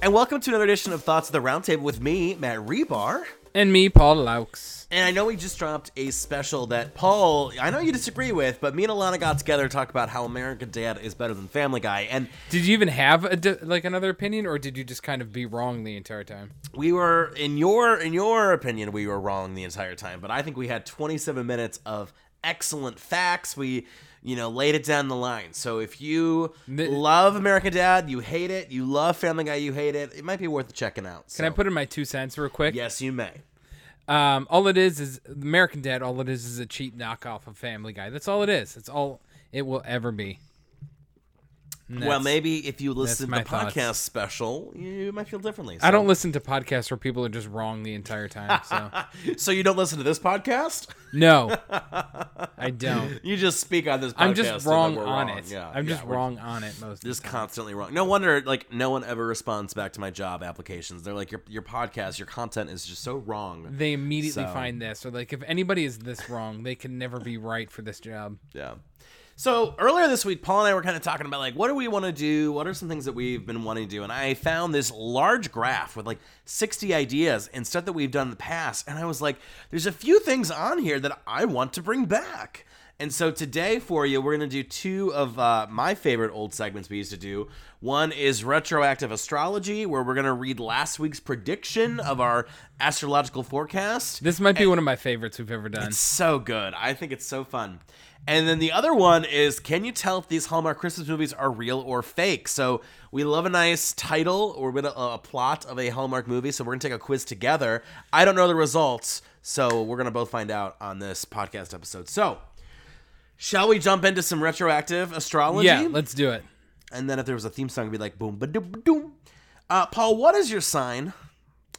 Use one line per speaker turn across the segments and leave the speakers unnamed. And welcome to another edition of Thoughts of the Roundtable with me, Matt Rebar.
And me, Paul Laux.
And I know we just dropped a special that Paul, I know you disagree with, but me and Alana got together to talk about how American Dad is better than Family Guy. And
Did you even have a di- like another opinion, or did you just kind of be wrong the entire time?
we were in your in your opinion we were wrong the entire time but i think we had 27 minutes of excellent facts we you know laid it down the line so if you
N-
love american dad you hate it you love family guy you hate it it might be worth checking out
Can I put in my two cents real quick?
yes you may
Um, all it is is American Dad. All it is is a cheap knockoff of Family Guy. That's all it is. That's all it will ever be. And
well
that's-
maybe if you listen to
my
the podcast
thoughts.
special you might feel differently
I don't
so-
listen to podcasts where people are just wrong the entire time. So
so you don't listen to this podcast
no, I don't.
you just speak on this podcast
I'm just
and then
wrong
we're
on it.
yeah
I'm
yeah,
just
we're
wrong on it most.
just constantly wrong. No wonder like no one ever responds back to my job applications. They're like your your podcast, your content is just so wrong.
they immediately
So-
find this, or like if anybody is this wrong, they can never be right for this job.
Yeah. So earlier this week, Paul and I were kind of talking about like what do we want to do? What are some things that we've been wanting to do? And I found this large graph with like 60 ideas and stuff that we've done in the past. And I was like, there's a few things on here that I want to bring back. And so today for you, we're going to do two of uh, my favorite old segments we used to do. One is retroactive astrology, where we're going to read last week's prediction of our astrological forecast.
This might be one of my favorites we've ever done.
So good. I think it's so fun. And then the other one is can you tell if these Hallmark Christmas movies are real or fake? So we love a nice title or with a, a plot of a Hallmark movie. So we're going to take a quiz together. I don't know the results. So we're going to both find out on this podcast episode. So shall we jump into some retroactive astrology?
Yeah, let's do it.
and then if there was a theme song, it'd be like boom, ba doom, doom. Uh, Paul, what is your sign?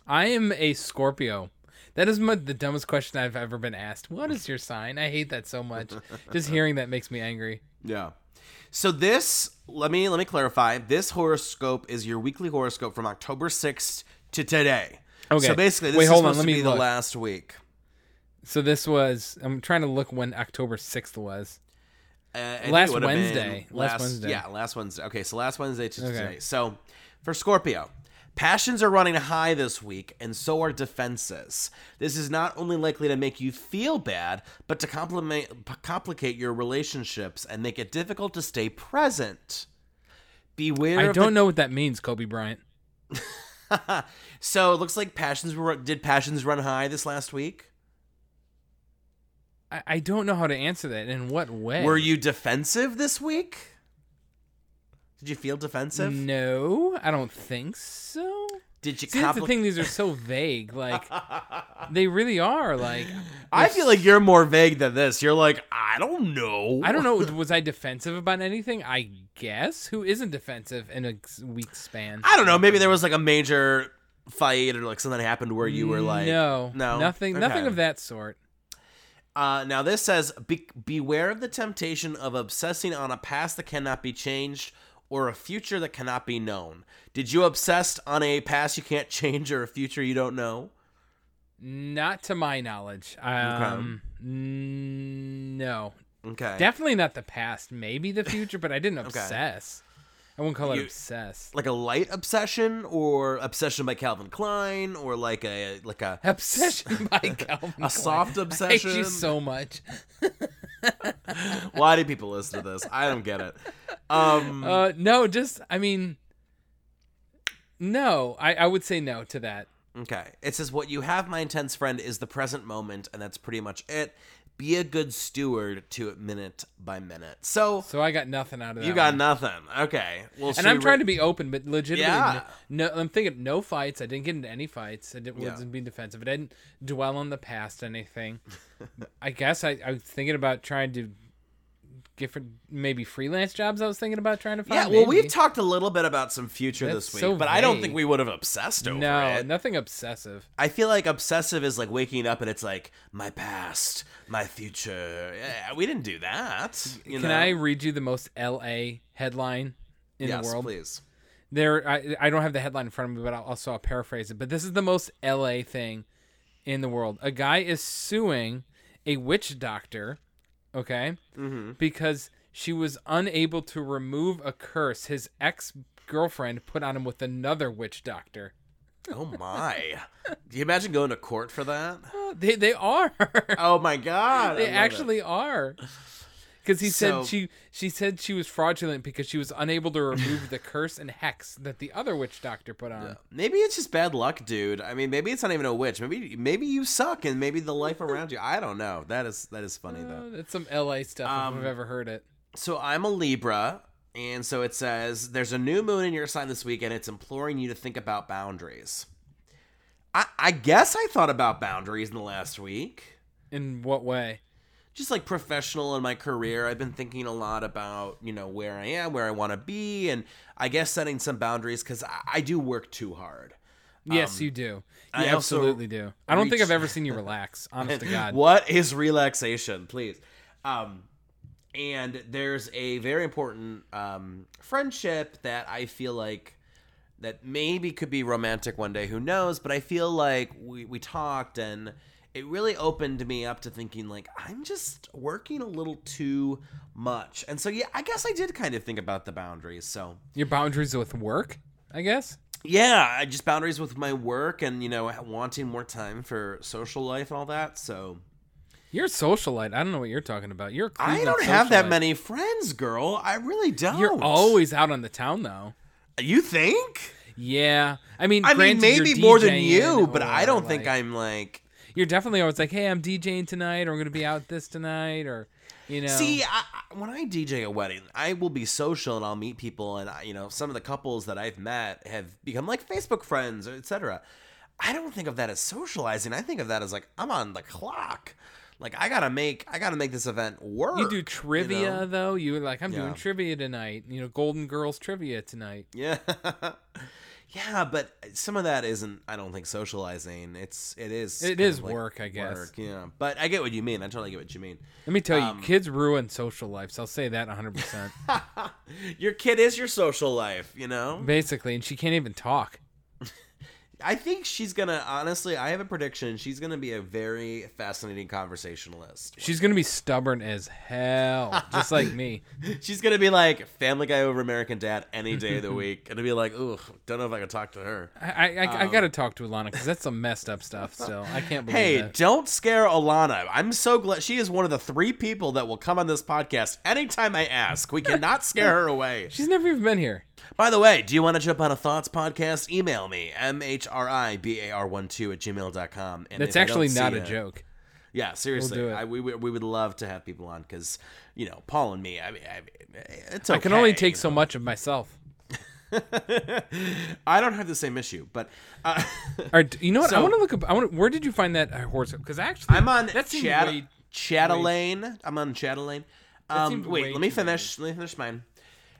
I am a Scorpio. That is my, the dumbest question I've ever been asked. What is your sign? I hate that so much. Just hearing that makes me angry.
Yeah. So this, let me let me clarify. This horoscope is your weekly horoscope from October sixth to today.
Okay.
So basically, this
Wait,
is
hold on,
supposed
let
to
me
be the
look.
last week.
So this was. I'm trying to look when October sixth was.
Uh, I think it
Last
would've been
Wednesday. Last Wednesday.
Yeah, last Wednesday. Okay, so last Wednesday to
Okay.
today. So for Scorpio, passions are running high this week, and so are defenses. This is not only likely to make you feel bad, but to compliment, p- complicate your relationships and make it difficult to stay present. Beware.
I
of the
don't know what that means, Kobe Bryant.
so it looks like passions were did passions run high this last week?
I, I don't know how to answer that. In what way?
Were you defensive this week? Did you feel defensive?
No, I don't think so.
Did you
See, that's the
complicate?
thing; these are so vague. Like they really are. Like
I feel like you're more vague than this. You're like, I don't know.
I don't know. Was I defensive about anything? I guess. Who isn't defensive in a week span?
I don't know. Maybe there was like a major fight or like something happened where you were like,
no,
no,
nothing,
Okay.
nothing of that sort.
Uh, now this says, Be- beware of the temptation of obsessing on a past that cannot be changed or a future that cannot be known. Did you obsess on a past you can't change or a future you don't know?
Not to my knowledge. Um, n- No,
Okay.
definitely not the past. Maybe the future, but I didn't obsess. I wouldn't call it
You-
obsessed.
like a light obsession or obsession by Calvin Klein or like a like a
Obsession by Calvin. Klein.
soft
I hate
obsession?
you so much.
why do people listen to this? I don't get it. Um
Uh, no, just I mean, no. I I would say no to that.
Okay. It says, What you have, my intense friend, is the present moment, and that's pretty much it. Be a good steward to it minute by minute. So,
So I got nothing out of that.
you got
one.
nothing. Okay. Well,
And I'm trying to be open, but legitimately,
Yeah.
no, I'm thinking no fights. I didn't get into any fights. I didn't,
Yeah.
wasn't being defensive. I didn't dwell on the past anything. I guess I, I was thinking about trying to different maybe freelance jobs. I was thinking about trying to find.
Yeah, well,
maybe.
we've talked a little bit about some future
That's
this week,
so
but I don't
vague.
think we would have obsessed over
no,
it.
nothing obsessive.
I feel like obsessive is like waking up and it's like my past, my future. Yeah, we didn't do that. you
Can
know?
I read you the most LA headline in
yes,
the world?
please.
There, I, I don't have the headline in front of me, but I'll, also I'll paraphrase it. But this is the most LA thing in the world. A guy is suing a witch doctor,
Mm-hmm.
okay, because she was unable to remove a curse his ex girlfriend put on him with another witch doctor.
Oh my! Do you imagine going to court for that?
Oh, they they are.
Oh my god!
they
I love it.
actually are. Because he
So-
said she she said she was fraudulent because she was unable to remove the curse and hex that the other witch doctor put on.
Maybe it's just bad luck, dude. I mean, maybe it's not even a witch. Maybe maybe you suck, and maybe the life around you. I don't know. That is that is funny though.
Uh, that's some LA stuff
Um,
if I've ever heard it.
So I'm a Libra, and so it says there's a new moon in your sign this week, and it's imploring you to think about boundaries. I, I guess I thought about boundaries in the last week,
In what way?
just like professional in my career. I've been thinking a lot about you know where I am, where I want to be, and I guess setting some boundaries because I, I do work too hard.
Yes, you do. You
um, I also
absolutely do. I don't think
reached-
I've ever seen you relax. Honest to God.
What is relaxation, please? Um, and there's a very important um, friendship that I feel like that maybe could be romantic one day. Who knows? But I feel like we we talked and it really opened me up to thinking like I'm just working a little too much. And so yeah, I guess I did kind of think about the boundaries. So
Your boundaries with work, I guess.
yeah, I just boundaries with my work and you know wanting more time for social life and all that. So
You're a socialite. I don't know what you're talking about. You're. a
I
Cleveland
don't have that
socialite.
many friends, girl. I really don't.
You're always out on the town though.
You think?
Yeah, I mean,
I mean,
granted, you're
maybe more than
DJing
you, but I
or,
don't think
like-
I'm like.
You're definitely always like, hey, I'm DJing tonight, or I'm gonna be out this tonight, or you know.
See, I, I- when I DJ a wedding, I will be social and I'll meet people, and I, you know, some of the couples that I've met have become like Facebook friends, etc. I don't think of that as socializing. I think of that as like I'm on the clock. Like I gotta make, I gotta make this event work.
you do trivia
er, know?
though. You're like, I'm
Yeah.
doing trivia tonight. You know, Golden Girls trivia tonight.
Yeah. yeah, but some of that isn't I don't think socializing. It's it is
It
kind
is
of like
work, I guess.
yeah. But I get what you mean. I totally get what you mean.
Let me tell you,
Um,
kids ruin social lives. I'll say that 100 percent
your kid is your social life, you know?
basically, and she can't even talk.
I think she's going to honestly, I have a prediction, she's going to be a very fascinating conversationalist.
She's gonna be stubborn as hell, just like me.
She's going to be like Family Guy over American Dad any day of the week. And be like, "Ooh, don't know if I can talk to her."
I I, I, I gotta talk to Alana because that's some messed up stuff. Still, I can't believe
Um, Hey,
that.
don't scare Alana. I'm so glad she is one of the three people that will come on this podcast anytime I ask. We cannot scare her away.
She's never even been here.
By the way, do you want to jump on a thoughts podcast? Email me, mhribar12 at gmail.com. And
That's
if I don't
actually
see
not a
it-
joke.
Yeah, seriously.
do it.
I, we, we, we would love to have people on because, you know, Paul and me, I mean, I, mean, it's okay.
I can only take so much of myself.
I don't have the same issue, but uh,
All right, you know what? I
So-
want to look up. I want. Where did you find that uh, horoscope? Because actually,
I'm on
that seemed
Chat-
way-
Chatelaine. I'm on Chatelaine. Um,
seemed
wait,
way
let me
too
finish. Let me finish mine.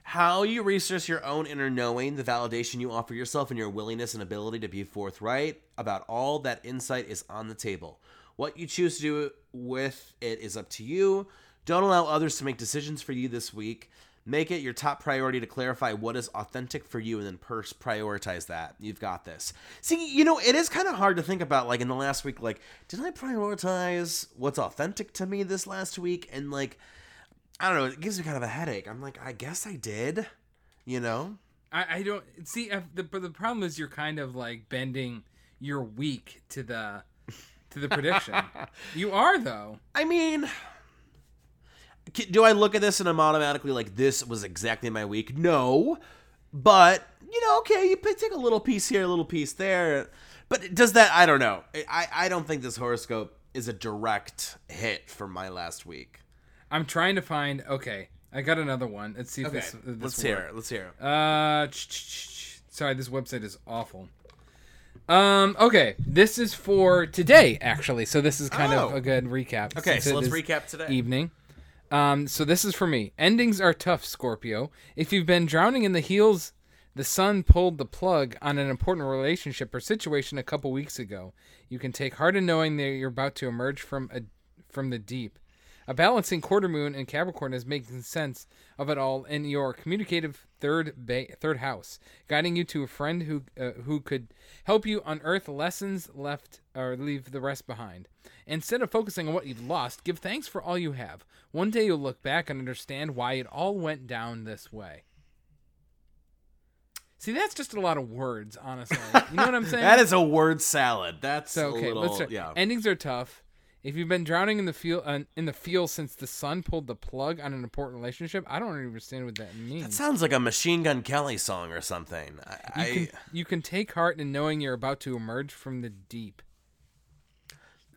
How you research your own inner knowing, the validation you offer yourself, and your willingness and ability to be forthright about all that insight is on the table. What you choose to do with it is up to you. Don't allow others to make decisions for you this week. Make it your top priority to clarify what is authentic for you and then pers- prioritize that. You've got this. See, you know, it is kind of hard to think about, like, in the last week, like, did I prioritize what's authentic to me this last week? And, like, I don't know, it gives me kind of a headache. I'm like, I guess I did, you know?
I, I don't see. I, the, but the problem is you're kind of like bending your week to the to the prediction. you are though.
I mean, c- do I look at this and I'm automatically like, this was exactly my week? No, but you know, okay, you pick- take a little piece here, a little piece there, but does that? I don't know. I- I I don't think this horoscope is a direct hit for my last week.
I'm trying to find. Okay, I got another one. Let's see if
Okay,
this, uh, this
let's
works.
hear. it, Let's hear. it.
Uh, ch- ch- ch- ch- sorry, this website is awful. Um, okay, this is for today actually, so this is kind of
Oh.
a good recap.
Okay,
since
so
it
let's
is e-
recap today.
Evening. Um, so this is for me. Endings are tough, Scorpio. If you've been drowning in the heels, the sun pulled the plug on an important relationship or situation a couple weeks ago. You can take heart in knowing that you're about to emerge from a from the deep. A balancing quarter moon in Capricorn is making sense of it all in your communicative third ba- third house, guiding you to a friend who uh, who could help you unearth lessons left or leave the rest behind. Instead of focusing on what you've lost, give thanks for all you have. One day you'll look back and understand why it all went down this way. See, that's just a lot of words, honestly. You know what I'm saying?
That is a word salad. That's
So, okay,
a little,
let's start.
yeah.
Endings are tough. If you've been drowning in the field uh, in the field since the sun pulled the plug on an important relationship, I don't understand what that means.
That sounds like a Machine Gun Kelly song or something. I, I
you, can, you can take heart in knowing you're about to emerge from the deep.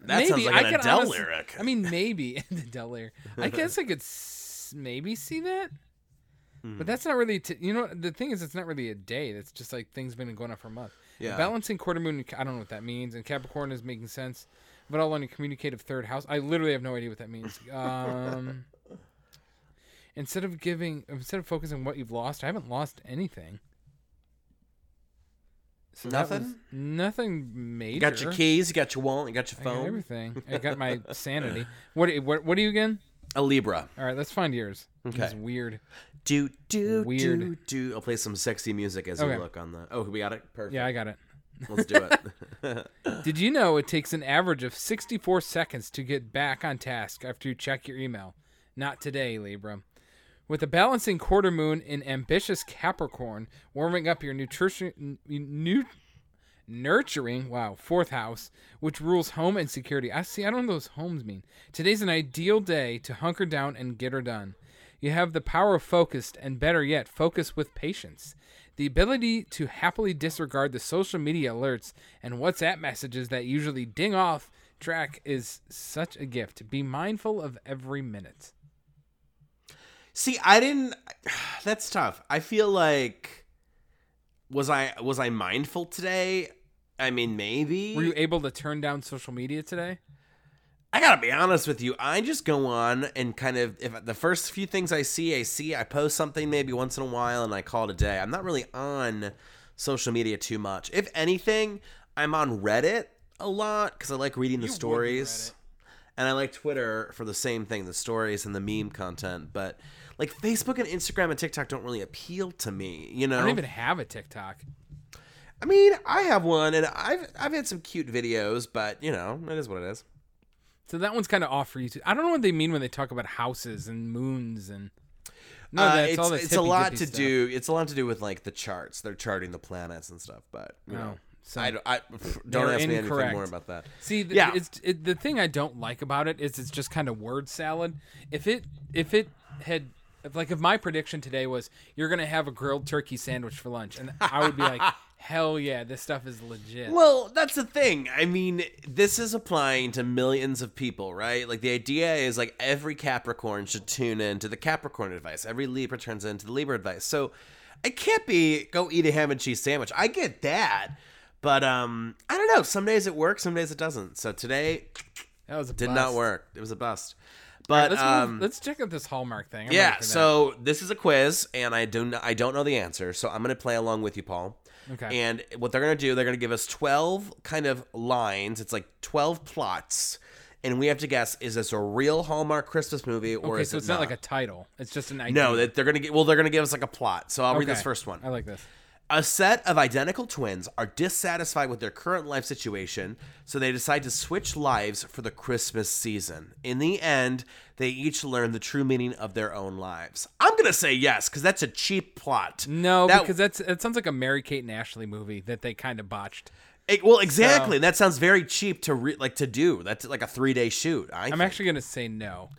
that
maybe
sounds like
I
an
could
Adele
honestly-
lyric.
I mean, maybe the Dell lyric. I guess I could s- maybe see that,
Hmm.
but that's not really. T- you know, the thing is, it's not really a day. That's just like things been going on for a month. The
Yeah.
Balancing quarter moon. I don't know what that means, and Capricorn is making sense, but all on your communicative third house. I literally have no idea what that means. Um, instead of giving, instead of focusing on what you've lost, I haven't lost anything. So that was
Nothing?
nothing major.
you got your keys, you got your wallet, you got your
I got
phone.
everything. I got my sanity. What, what? What are you again?
A Libra.
All right, let's find yours.
Okay.
It's weird.
Do do
Weird.
do do. I'll play some sexy music as
Okay.
you look on the. Oh, we got it. Perfect.
Yeah, I got it.
Let's do it.
Did you know it takes an average of 64 seconds to get back on task after you check your email? Not today, Libra. With a balancing quarter moon in ambitious Capricorn, warming up your nutrition, new, nurturing, wow, fourth house, which rules home and security. I see, I don't know what those homes mean. Today's an ideal day to hunker down and get her done. You have the power of focused, and better yet, focus with patience. The ability to happily disregard the social media alerts and WhatsApp messages that usually ding off track is such a gift. Be mindful of every minute.
See, I didn't. That's tough. I feel like was I was I mindful today? I mean, maybe.
Were you able to turn down social media today?
I gotta be honest with you. I just go on and kind of if the first few things I see, I see. I post something maybe once in a while, and I call it a day. I'm not really on social media too much. If anything, I'm on Reddit a lot because I like reading the
would be
stories, and I like Twitter for the same thing, the stories and the meme content. But like Facebook and Instagram and TikTok don't really appeal to me. You know,
I don't even have a TikTok.
I mean, I have one, and I've I've had some cute videos, but you know, it is what it is.
So that one's kind of off for you too. I don't know what they mean when they talk about houses and moons and. No,
Uh,
Oh, that's
it's,
all this
it's a lot
hippy-dippy
to
stuff.
do. It's a lot to do with like the charts. They're charting the planets and stuff. But you
No,
know,
Oh, so-
I, don't- I- pff, don't
They're
ask me
incorrect.
anything more about that.
See, the,
Yeah.
it's it, the thing I don't like about it is it's just kind of word salad. If it if it had if, like if my prediction today was you're gonna have a grilled turkey sandwich for lunch, and I would be like, hell yeah, this stuff is legit.
Well, that's the thing. I mean, this is applying to millions of people, right? Like the idea is like every Capricorn should tune in to the Capricorn advice. Every Libra turns into the Libra advice. So it can't be go eat a ham and cheese sandwich. I get that. But um I don't know. Some days it works, some days it doesn't. So today
that was a
did not
bust.
work. It was a bust. But
Let's,
um
move, let's check out this Hallmark thing. I'm ready
Yeah,
for that.
so this is a quiz, and I don't I don't know the answer, so I'm gonna play along with you, Paul.
Okay.
And what they're gonna do, they're gonna give us twelve kind of lines. It's like twelve plots, and we have to guess: is this a real Hallmark Christmas movie, or
okay,
is
so
it
it's not like a title; it's just an idea.
no? That they're gonna get. Well, they're gonna give us like a plot. So I'll read this
Okay.
first one.
I like this.
A set of identical twins are dissatisfied with their current life situation, so they decide to switch lives for the Christmas season. In the end, they each learn the true meaning of their own lives. I'm going to say yes, because that's a cheap plot.
No,
That-
because that's it sounds like a Mary Kate and Ashley movie that they kind of botched.
It- Eh, well, exactly. and That sounds very cheap to re- like to do. That's like a three day shoot. I
I'm
think.
actually gonna say no.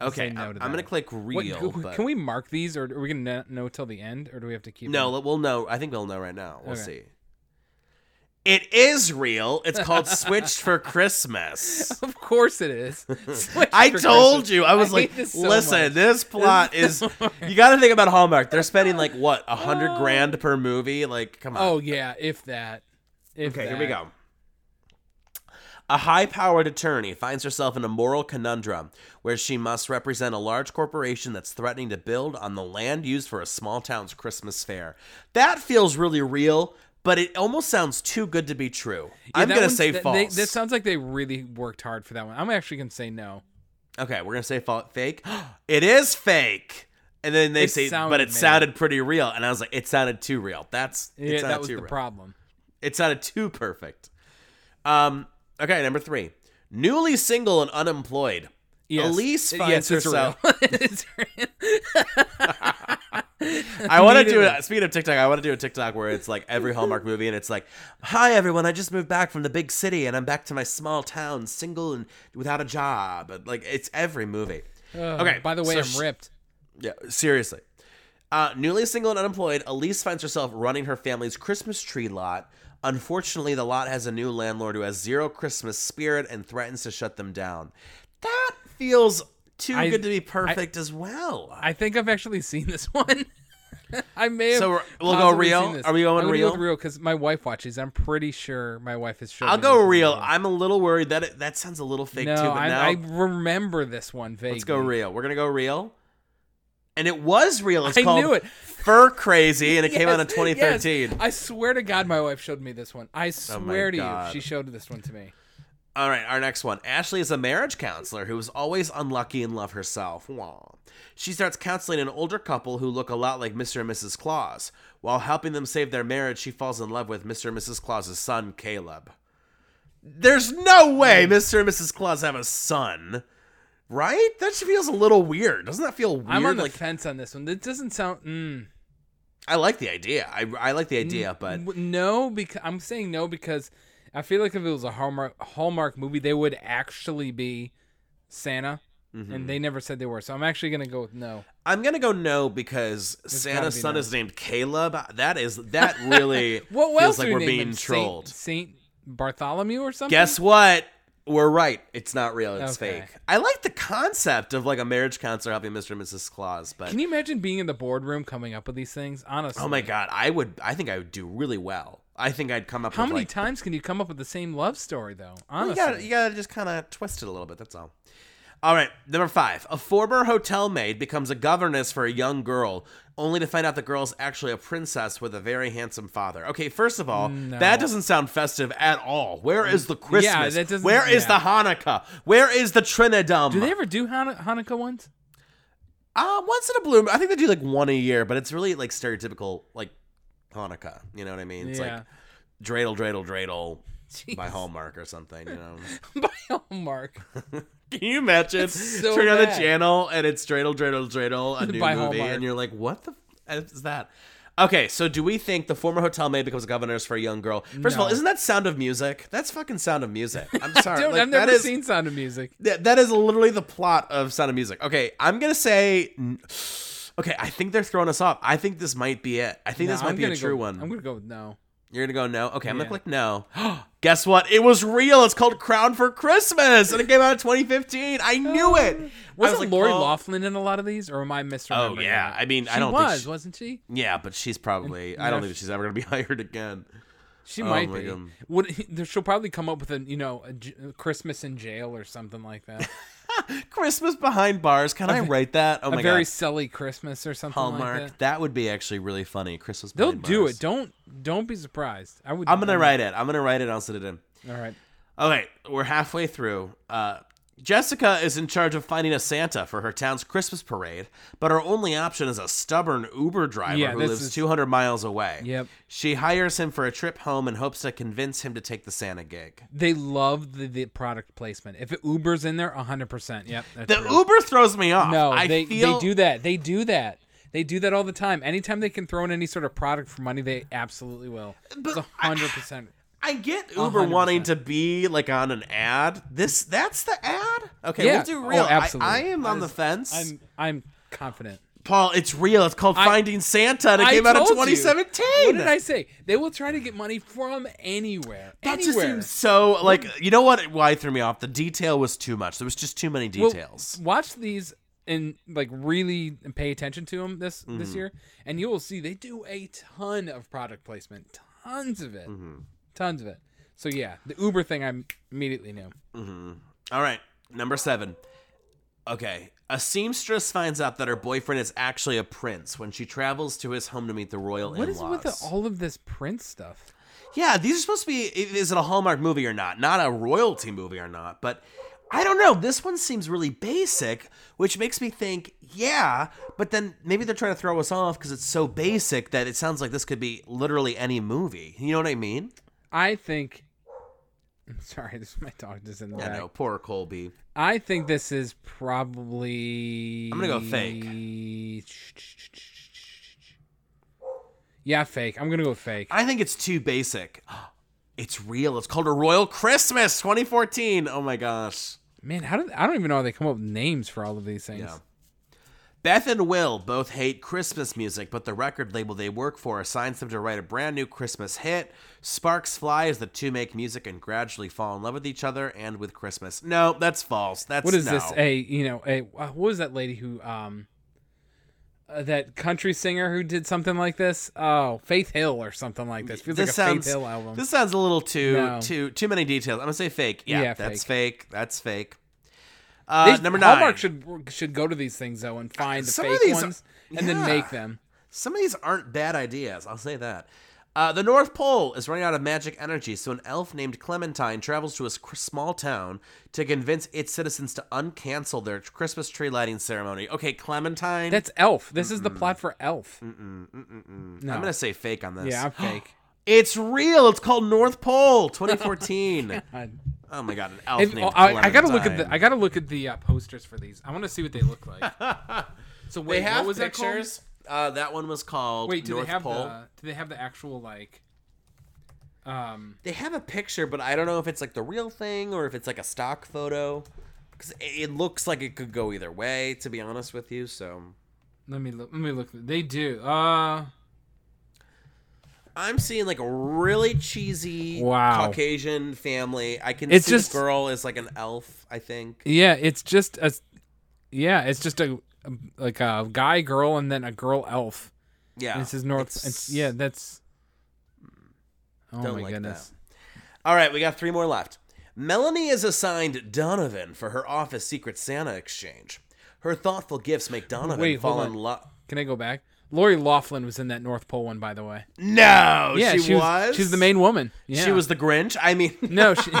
okay.
say no
I'm,
to
I'm
that.
gonna click
What-
real.
who-
but
Can we mark these, or are we gonna kn- know till the end, or do we have to keep?
No,
them?
let- we'll know. I think we'll know right now. We'll
Okay.
see. It is real. It's called Switched for Christmas.
Of course it is. Switch
I
for
told
Christmas.
you. I was
hate
like,
this so
listen,
much.
this plot is. you got to think about Hallmark. They're spending like what a hundred grand per movie. Like, come on.
Oh yeah, if that. If
okay, here we
that.
go. A high powered attorney finds herself in a moral conundrum where she must represent a large corporation that's threatening to build on the land used for a small town's Christmas fair. That feels really real, but it almost sounds too good to be true.
Yeah,
I'm
that
going to
one's-
say
that,
false.
They, that sounds like they really worked hard for that one. I'm actually gonna say no.
Okay, we're gonna say fa- fake. it is fake. And then they
It
say,
sounded
but it
made.
sounded pretty real. And I was like, it sounded too real. That's it
Yeah,
sounded
that
uh,
was
too
the
real.
problem.
It sounded too perfect. Um. Okay, number three. Newly single and unemployed.
Yes.
Elise
Uh,
finds
yes, it's
herself.
real. It's real.
I want to do
Immediately.
it. Speaking of TikTok, I want to do a TikTok where it's like every Hallmark movie, and it's like, "Hi everyone, I just moved back from the big city, and I'm back to my small town, single and without a job." And, Like it's every movie.
Ugh,
Okay,
By the way,
so
I'm
sh-
ripped.
Yeah, seriously. Uh, newly single and unemployed, Elise finds herself running her family's Christmas tree lot. Unfortunately, the lot has a new landlord who has zero Christmas spirit and threatens to shut them down. That feels too
I-
good to be perfect as well.
I think I've actually seen this one. I may have.
So we're- we'll go
possibly
real?
seen this.
Are we going
I'm gonna go
real?
with real because my wife watches. I'm pretty sure my wife is.
I'll go real. I'm a little worried that it, that sounds a little fake
No,
too. But
I,
now
I remember this one vaguely.
let's go real. We're gonna go real, and it was real. It's
I
called
knew it.
Fur Crazy, and it came out in
Yes,
2013.
yes. I swear to God, my wife showed me this one. I swear to
Oh God.
you, she showed this one to me.
All right, our next one. Ashley is a marriage counselor who is always unlucky in love herself. Wah. She starts counseling an older couple who look a lot like Mr. and Mrs. Claus. While helping them save their marriage, she falls in love with Mr. and Mrs. Claus's son, Caleb. There's no way Mr. and Mrs. Claus have a son, right? That just feels a little weird. Doesn't that feel weird?
I'm on the
like
fence on this one. It doesn't sound. Mm,
I like the idea. I, I like the idea, but
W- no, because I'm saying no because I feel like if it was a Hallmark Hallmark movie, they would actually be Santa,
mm-hmm.
and they never said they were. So I'm actually gonna go with no.
I'm gonna go no because
gotta
Santa's
be
son
no.
is named Caleb. That is that really
What
feels
else
like
do we
we're
name
being
him?
trolled.
Saint, Saint Bartholomew or something.
Guess what? We're right. It's not real. It's
Okay.
fake. I like the concept of like a marriage counselor helping Mr. and Mrs. Claus, but
Can you imagine being in the boardroom coming up with these things? Honestly,
oh my god, I would. I think I would do really well. I think I'd come up.
How
with
many
like,
times can you come up with the same love story though?
You
Honestly,
gotta, you gotta just kind of twist it a little bit. That's all. All right, number five. A former hotel maid becomes a governess for a young girl, only to find out the girl's actually a princess with a very handsome father. Okay, first of all, that doesn't sound festive at all. Where is the Christmas?
that doesn't-
Where is
yeah.
the Hanukkah? Where is the Trinidad?
do they ever do Han- Hanukkah ones?
Uh, once in a blue moon. I think they do like one a year, but it's really like stereotypical, like Hanukkah. You know what I mean? It's
yeah,
like dreidel, dreidel, dreidel by
Jeez.
Hallmark or something. You know?
by Hallmark.
Can you imagine?
so
Turn on the
bad.
channel and it's dreidel, dreidel, dreidel, a new
By
movie,
Hallmark.
and you're like, what the f- is that? Okay, so do we think the former hotel maid becomes a governess for a young girl? First of all,
No.
isn't that Sound of Music? That's fucking Sound of Music. I'm sorry,
Dude,
like,
I've never
that is-
seen Sound of Music.
Th- that is literally the plot of Sound of Music. Okay, I'm gonna say. Okay, I think they're throwing us off. I think this might be it. I think this
No,
might
I'm
be a
gonna
true
go-
one.
I'm gonna go with no.
You're gonna go no. Okay, I'm gonna
Yeah.
click no. Guess what? It was real. It's called Crown for Christmas, and it came out in 2015. I knew it. I
Oh. Wasn't
like,
Lori
oh.
Laughlin in a lot of these, or am I misremembering?
Oh yeah.
that?
I mean,
she
I don't
was,
think. She,
wasn't she?
yeah, but she's probably. I don't
no,
think she's ever gonna be hired again.
She
Oh
might
my
be.
God.
Would she'll probably come up with a you know a j- Christmas in jail or something like that.
Christmas behind bars. Can I write that? Oh
a
my
very
god.
silly Christmas or something
Hallmark.
like
that.
that.
would be actually really funny. Christmas.
They'll
behind
do
bars.
it. Mm-hmm. Don't don't be surprised. I would.
I'm gonna write it. I'm gonna write it. I'll send it in.
All right.
Okay, we're halfway through. Uh, Jessica is in charge of finding a Santa for her town's Christmas parade, but her only option is a stubborn Uber driver
Yeah,
who
this
lives
is-
200 miles away.
Yep.
She hires him for a trip home and hopes to convince him to take the Santa gig.
They love the, the product placement. If it Uber's in there, hundred percent. Yep. that's
The
real.
Uber throws me off.
No,
I
they
feel
they do that. They do that. They do that all the time. Anytime they can throw in any sort of product for money, they absolutely will.
But
It's a hundred percent.
I get Uber
100%.
wanting to be like on an ad. This that's the ad. Okay,
Yeah.
we'll do real.
Oh, absolutely.
I, I am on the fence.
I'm I'm confident.
Paul, it's real. It's called
I-
Finding Santa, and it
I
came out in
told you.
2017.
What did I say? They will try to get money from anywhere.
That just
anywhere.
seems so like you know what why it threw me off? The detail was too much. There was just too many
Well,
details.
watch these and like really pay attention to them this this year, and you will see they do a ton of product placement, tons of it, tons of it. So yeah, the Uber thing I immediately knew.
All right, number seven. Okay, a seamstress finds out that her boyfriend is actually a prince when she travels to his home to meet the royal
What is
in-laws.
with the, all of this Prince stuff?
yeah, these are supposed to be. i- Is it a Hallmark movie or not? Not a royalty movie or not? But I don't know. This one seems really basic, which makes me think, yeah. But then maybe they're trying to throw us off because it's so basic that it sounds like this could be literally any movie. You know what I mean?
I think. I'm sorry, this my dog just in the
I
back.
know, poor Colby.
I think this is probably.
I'm gonna go fake.
Yeah, fake. I'm gonna go with fake.
I think it's too basic. It's real. It's called a Royal Christmas 2014. Oh my gosh.
Man, how did I don't even know how they come up with names for all of these things.
Yeah. Beth and Will both hate Christmas music, but the record label they work for assigns them to write a brand new Christmas hit. Sparks fly as the two make music and gradually fall in love with each other and with Christmas. No, that's false. That's
What is this?
no.
A you know a uh, what was that lady who um uh, that country singer who did something like this? Oh, Faith Hill or something like this. Feels like a Faith Hill album.
This sounds a little too
No.
too too many details. I'm gonna say fake. Yeah,
Yeah,
that's fake. That's fake. Uh,
They-
number nine.
Hallmark should should go to these things though and find the
Some of
fake
these are-
ones and then
yeah.
make them.
Some of these aren't bad ideas, I'll say that. Uh, the North Pole is running out of magic energy, so an elf named Clementine travels to a s- small town to convince its citizens to uncancel their Christmas tree lighting ceremony. Okay, Clementine.
That's Elf. This is the plot for Elf. No.
I'm gonna say fake on this.
Yeah, I'm fake.
it's real. It's called North Pole 2014.
God.
oh my god, an elf
If-
named
I,
Clementine.
I gotta look at the I gotta look at the uh, posters for these. I want to see what they look like. so wait,
They have
what was that called?
pictures. uh, that one was called
Wait, do
North
they have
Pole.
the do they have the actual like? Um,
They have a picture, but I don't know if it's like the real thing or if it's like a stock photo. Because it looks like it could go either way, to be honest with you. So
let me look. Let me look. They do. Uh,
I'm seeing like a really cheesy
Wow.
Caucasian family. I can
It's
see this
just-
girl is like an elf, I think.
yeah, it's just a, yeah, it's just a like a guy girl and then a girl elf.
Yeah.
And it says North.
it's-
it's- yeah, that's. Oh
Don't
my
like
goodness.
All right, we got three more left. Melanie is assigned Donovan for her office Secret Santa exchange. Her thoughtful gifts make Donovan
Wait, hold
fall
on.
in love.
Can I go back? Lori Laughlin was in that North Pole one, by the way.
No,
Yeah,
she, was.
She's the main woman. Yeah.
She was the Grinch. I mean,
No, she,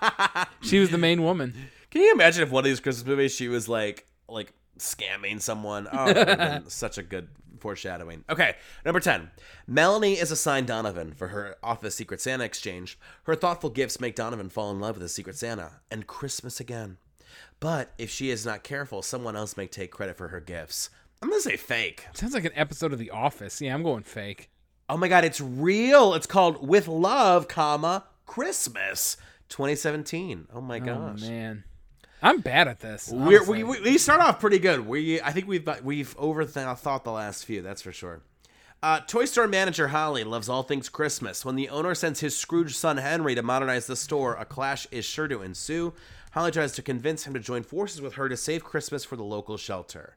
she was the main woman.
Can you imagine if one of these Christmas movies she was like like scamming someone? Oh, that would've been such a good foreshadowing. Okay, number ten. Melanie is assigned Donovan for her office Secret Santa exchange. Her thoughtful gifts make Donovan fall in love with the Secret Santa and Christmas again. But if she is not careful, someone else may take credit for her gifts. I'm gonna say fake.
Sounds like an episode of The Office. Yeah, I'm going fake.
Oh my god, it's real. It's called With Love, comma Christmas 2017. Oh my gosh.
Oh, man. I'm bad at this.
We're,
honestly.
we, we we start off pretty good. We I think we've uh, we've overthought the last few. That's for sure. Uh, toy store manager Holly loves all things Christmas. When the owner sends his Scrooge son Henry to modernize the store, a clash is sure to ensue. Holly tries to convince him to join forces with her to save Christmas for the local shelter.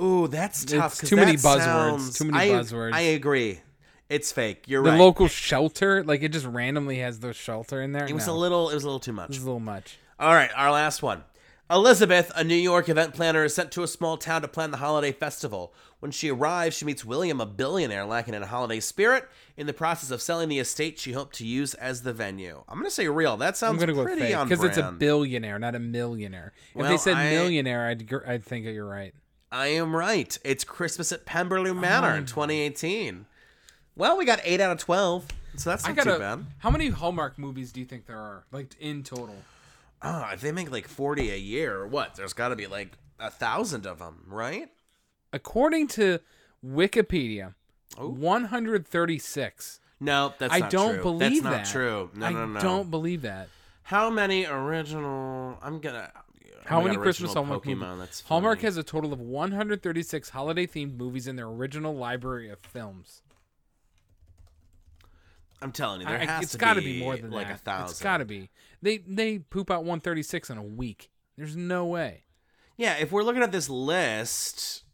Ooh, that's tough.
It's
'cause
too many
that
buzzwords.
sounds-
Too many
I-
buzzwords.
I agree. It's fake. You're
the
right.
local shelter, like it just randomly has the shelter in there.
it was a little. It was a little too much.
a little much.
All right, our last one. Elizabeth, a New York event planner, is sent to a small town to plan the holiday festival. When she arrives, she meets William, a billionaire lacking in a holiday spirit, in the process of selling the estate she hoped to use as the venue. I'm going to say real. That
I'm
sounds
gonna go with
pretty
fake
on
because
brand.
it's a billionaire, not a millionaire. If
Well,
they said
I-
millionaire, I'd gr- I'd think you're right.
I am right. It's Christmas at
Oh
Pemberley Manor in 2018. Well, we got 8 out of 12, so that's not too bad.
How many Hallmark movies do you think there are, like in total?
Oh, if they make like 40 a year, what? There's got to be like a thousand of them, right?
According to Wikipedia, 136.
No, Oh. that's
I
not
don't
true.
believe
that's
that.
not true. No,
I
no, no.
don't believe that.
How many original? I'm gonna. oh
How
my
many
God,
Christmas
original
Hallmark
Pokemon?
movies?
That's
Hallmark
funny.
has a total of 136 holiday-themed movies in their original library of films.
I'm telling you,
I-
there
I-
has
it's
to
got to
be,
be more than
like
that.
a thousand.
It's got to be. They they poop out 136 in a week. There's no way.
Yeah, if we're looking at this list,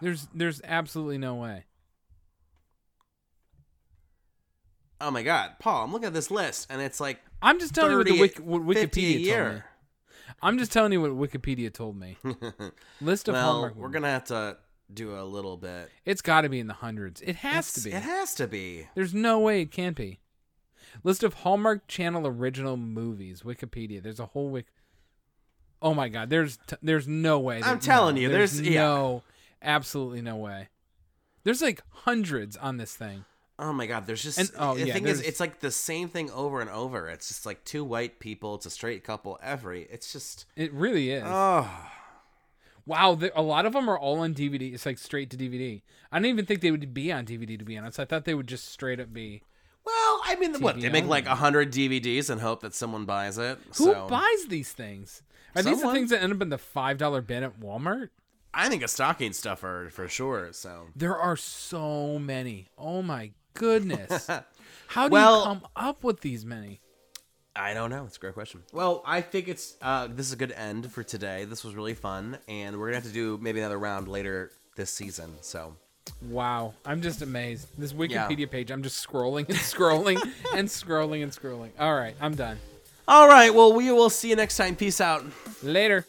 There's there's absolutely no way.
oh my God, Paul, I'm looking at this list, and it's like
I'm just telling
30,
you what, the Wik- what
50 a
Wikipedia told me.
year.
I'm just telling you what Wikipedia told me. List of
well,
Hallmark.
we're
movies.
gonna have to do a little bit.
It's got to be in the hundreds. It has to
It's-
be.
It has to be.
There's no way it can't be. List of Hallmark Channel original movies. Wikipedia. There's a whole wik. Oh my god. There's t- there's no way.
I'm
that-
telling you, there's- yeah.
no, absolutely no way. There's like hundreds on this thing.
Oh my God, there's just
And- oh,
the
yeah,
thing is,
there's-
it's like the same thing over and over. It's just like two white people, it's a straight couple every. It's just
It really is.
oh.
Wow, the, a lot of them are all on DVD. It's like straight to DVD. I don't even think they would be on DVD to be honest. I thought they would just straight up be.
Well, I mean, what they
TV
make like
only.
hundred DVDs and hope that someone buys it.
Who
so
buys these things? Are these the
Someone.
things that end up in the five dollar bin at Walmart?
I think a stocking stuffer for sure. So
There are so many. Oh my goodness! How do
Well-
you come up with these many?
I don't know. It's a great question. Well, I think it's uh, this is a good end for today. This was really fun, and we're gonna have to do maybe another round later this season. So
Wow, I'm just amazed. This
Yeah.
Wikipedia page, I'm just scrolling and scrolling and scrolling and scrolling. All right, I'm done.
all right. Well, we will see you next time. Peace out.
Later.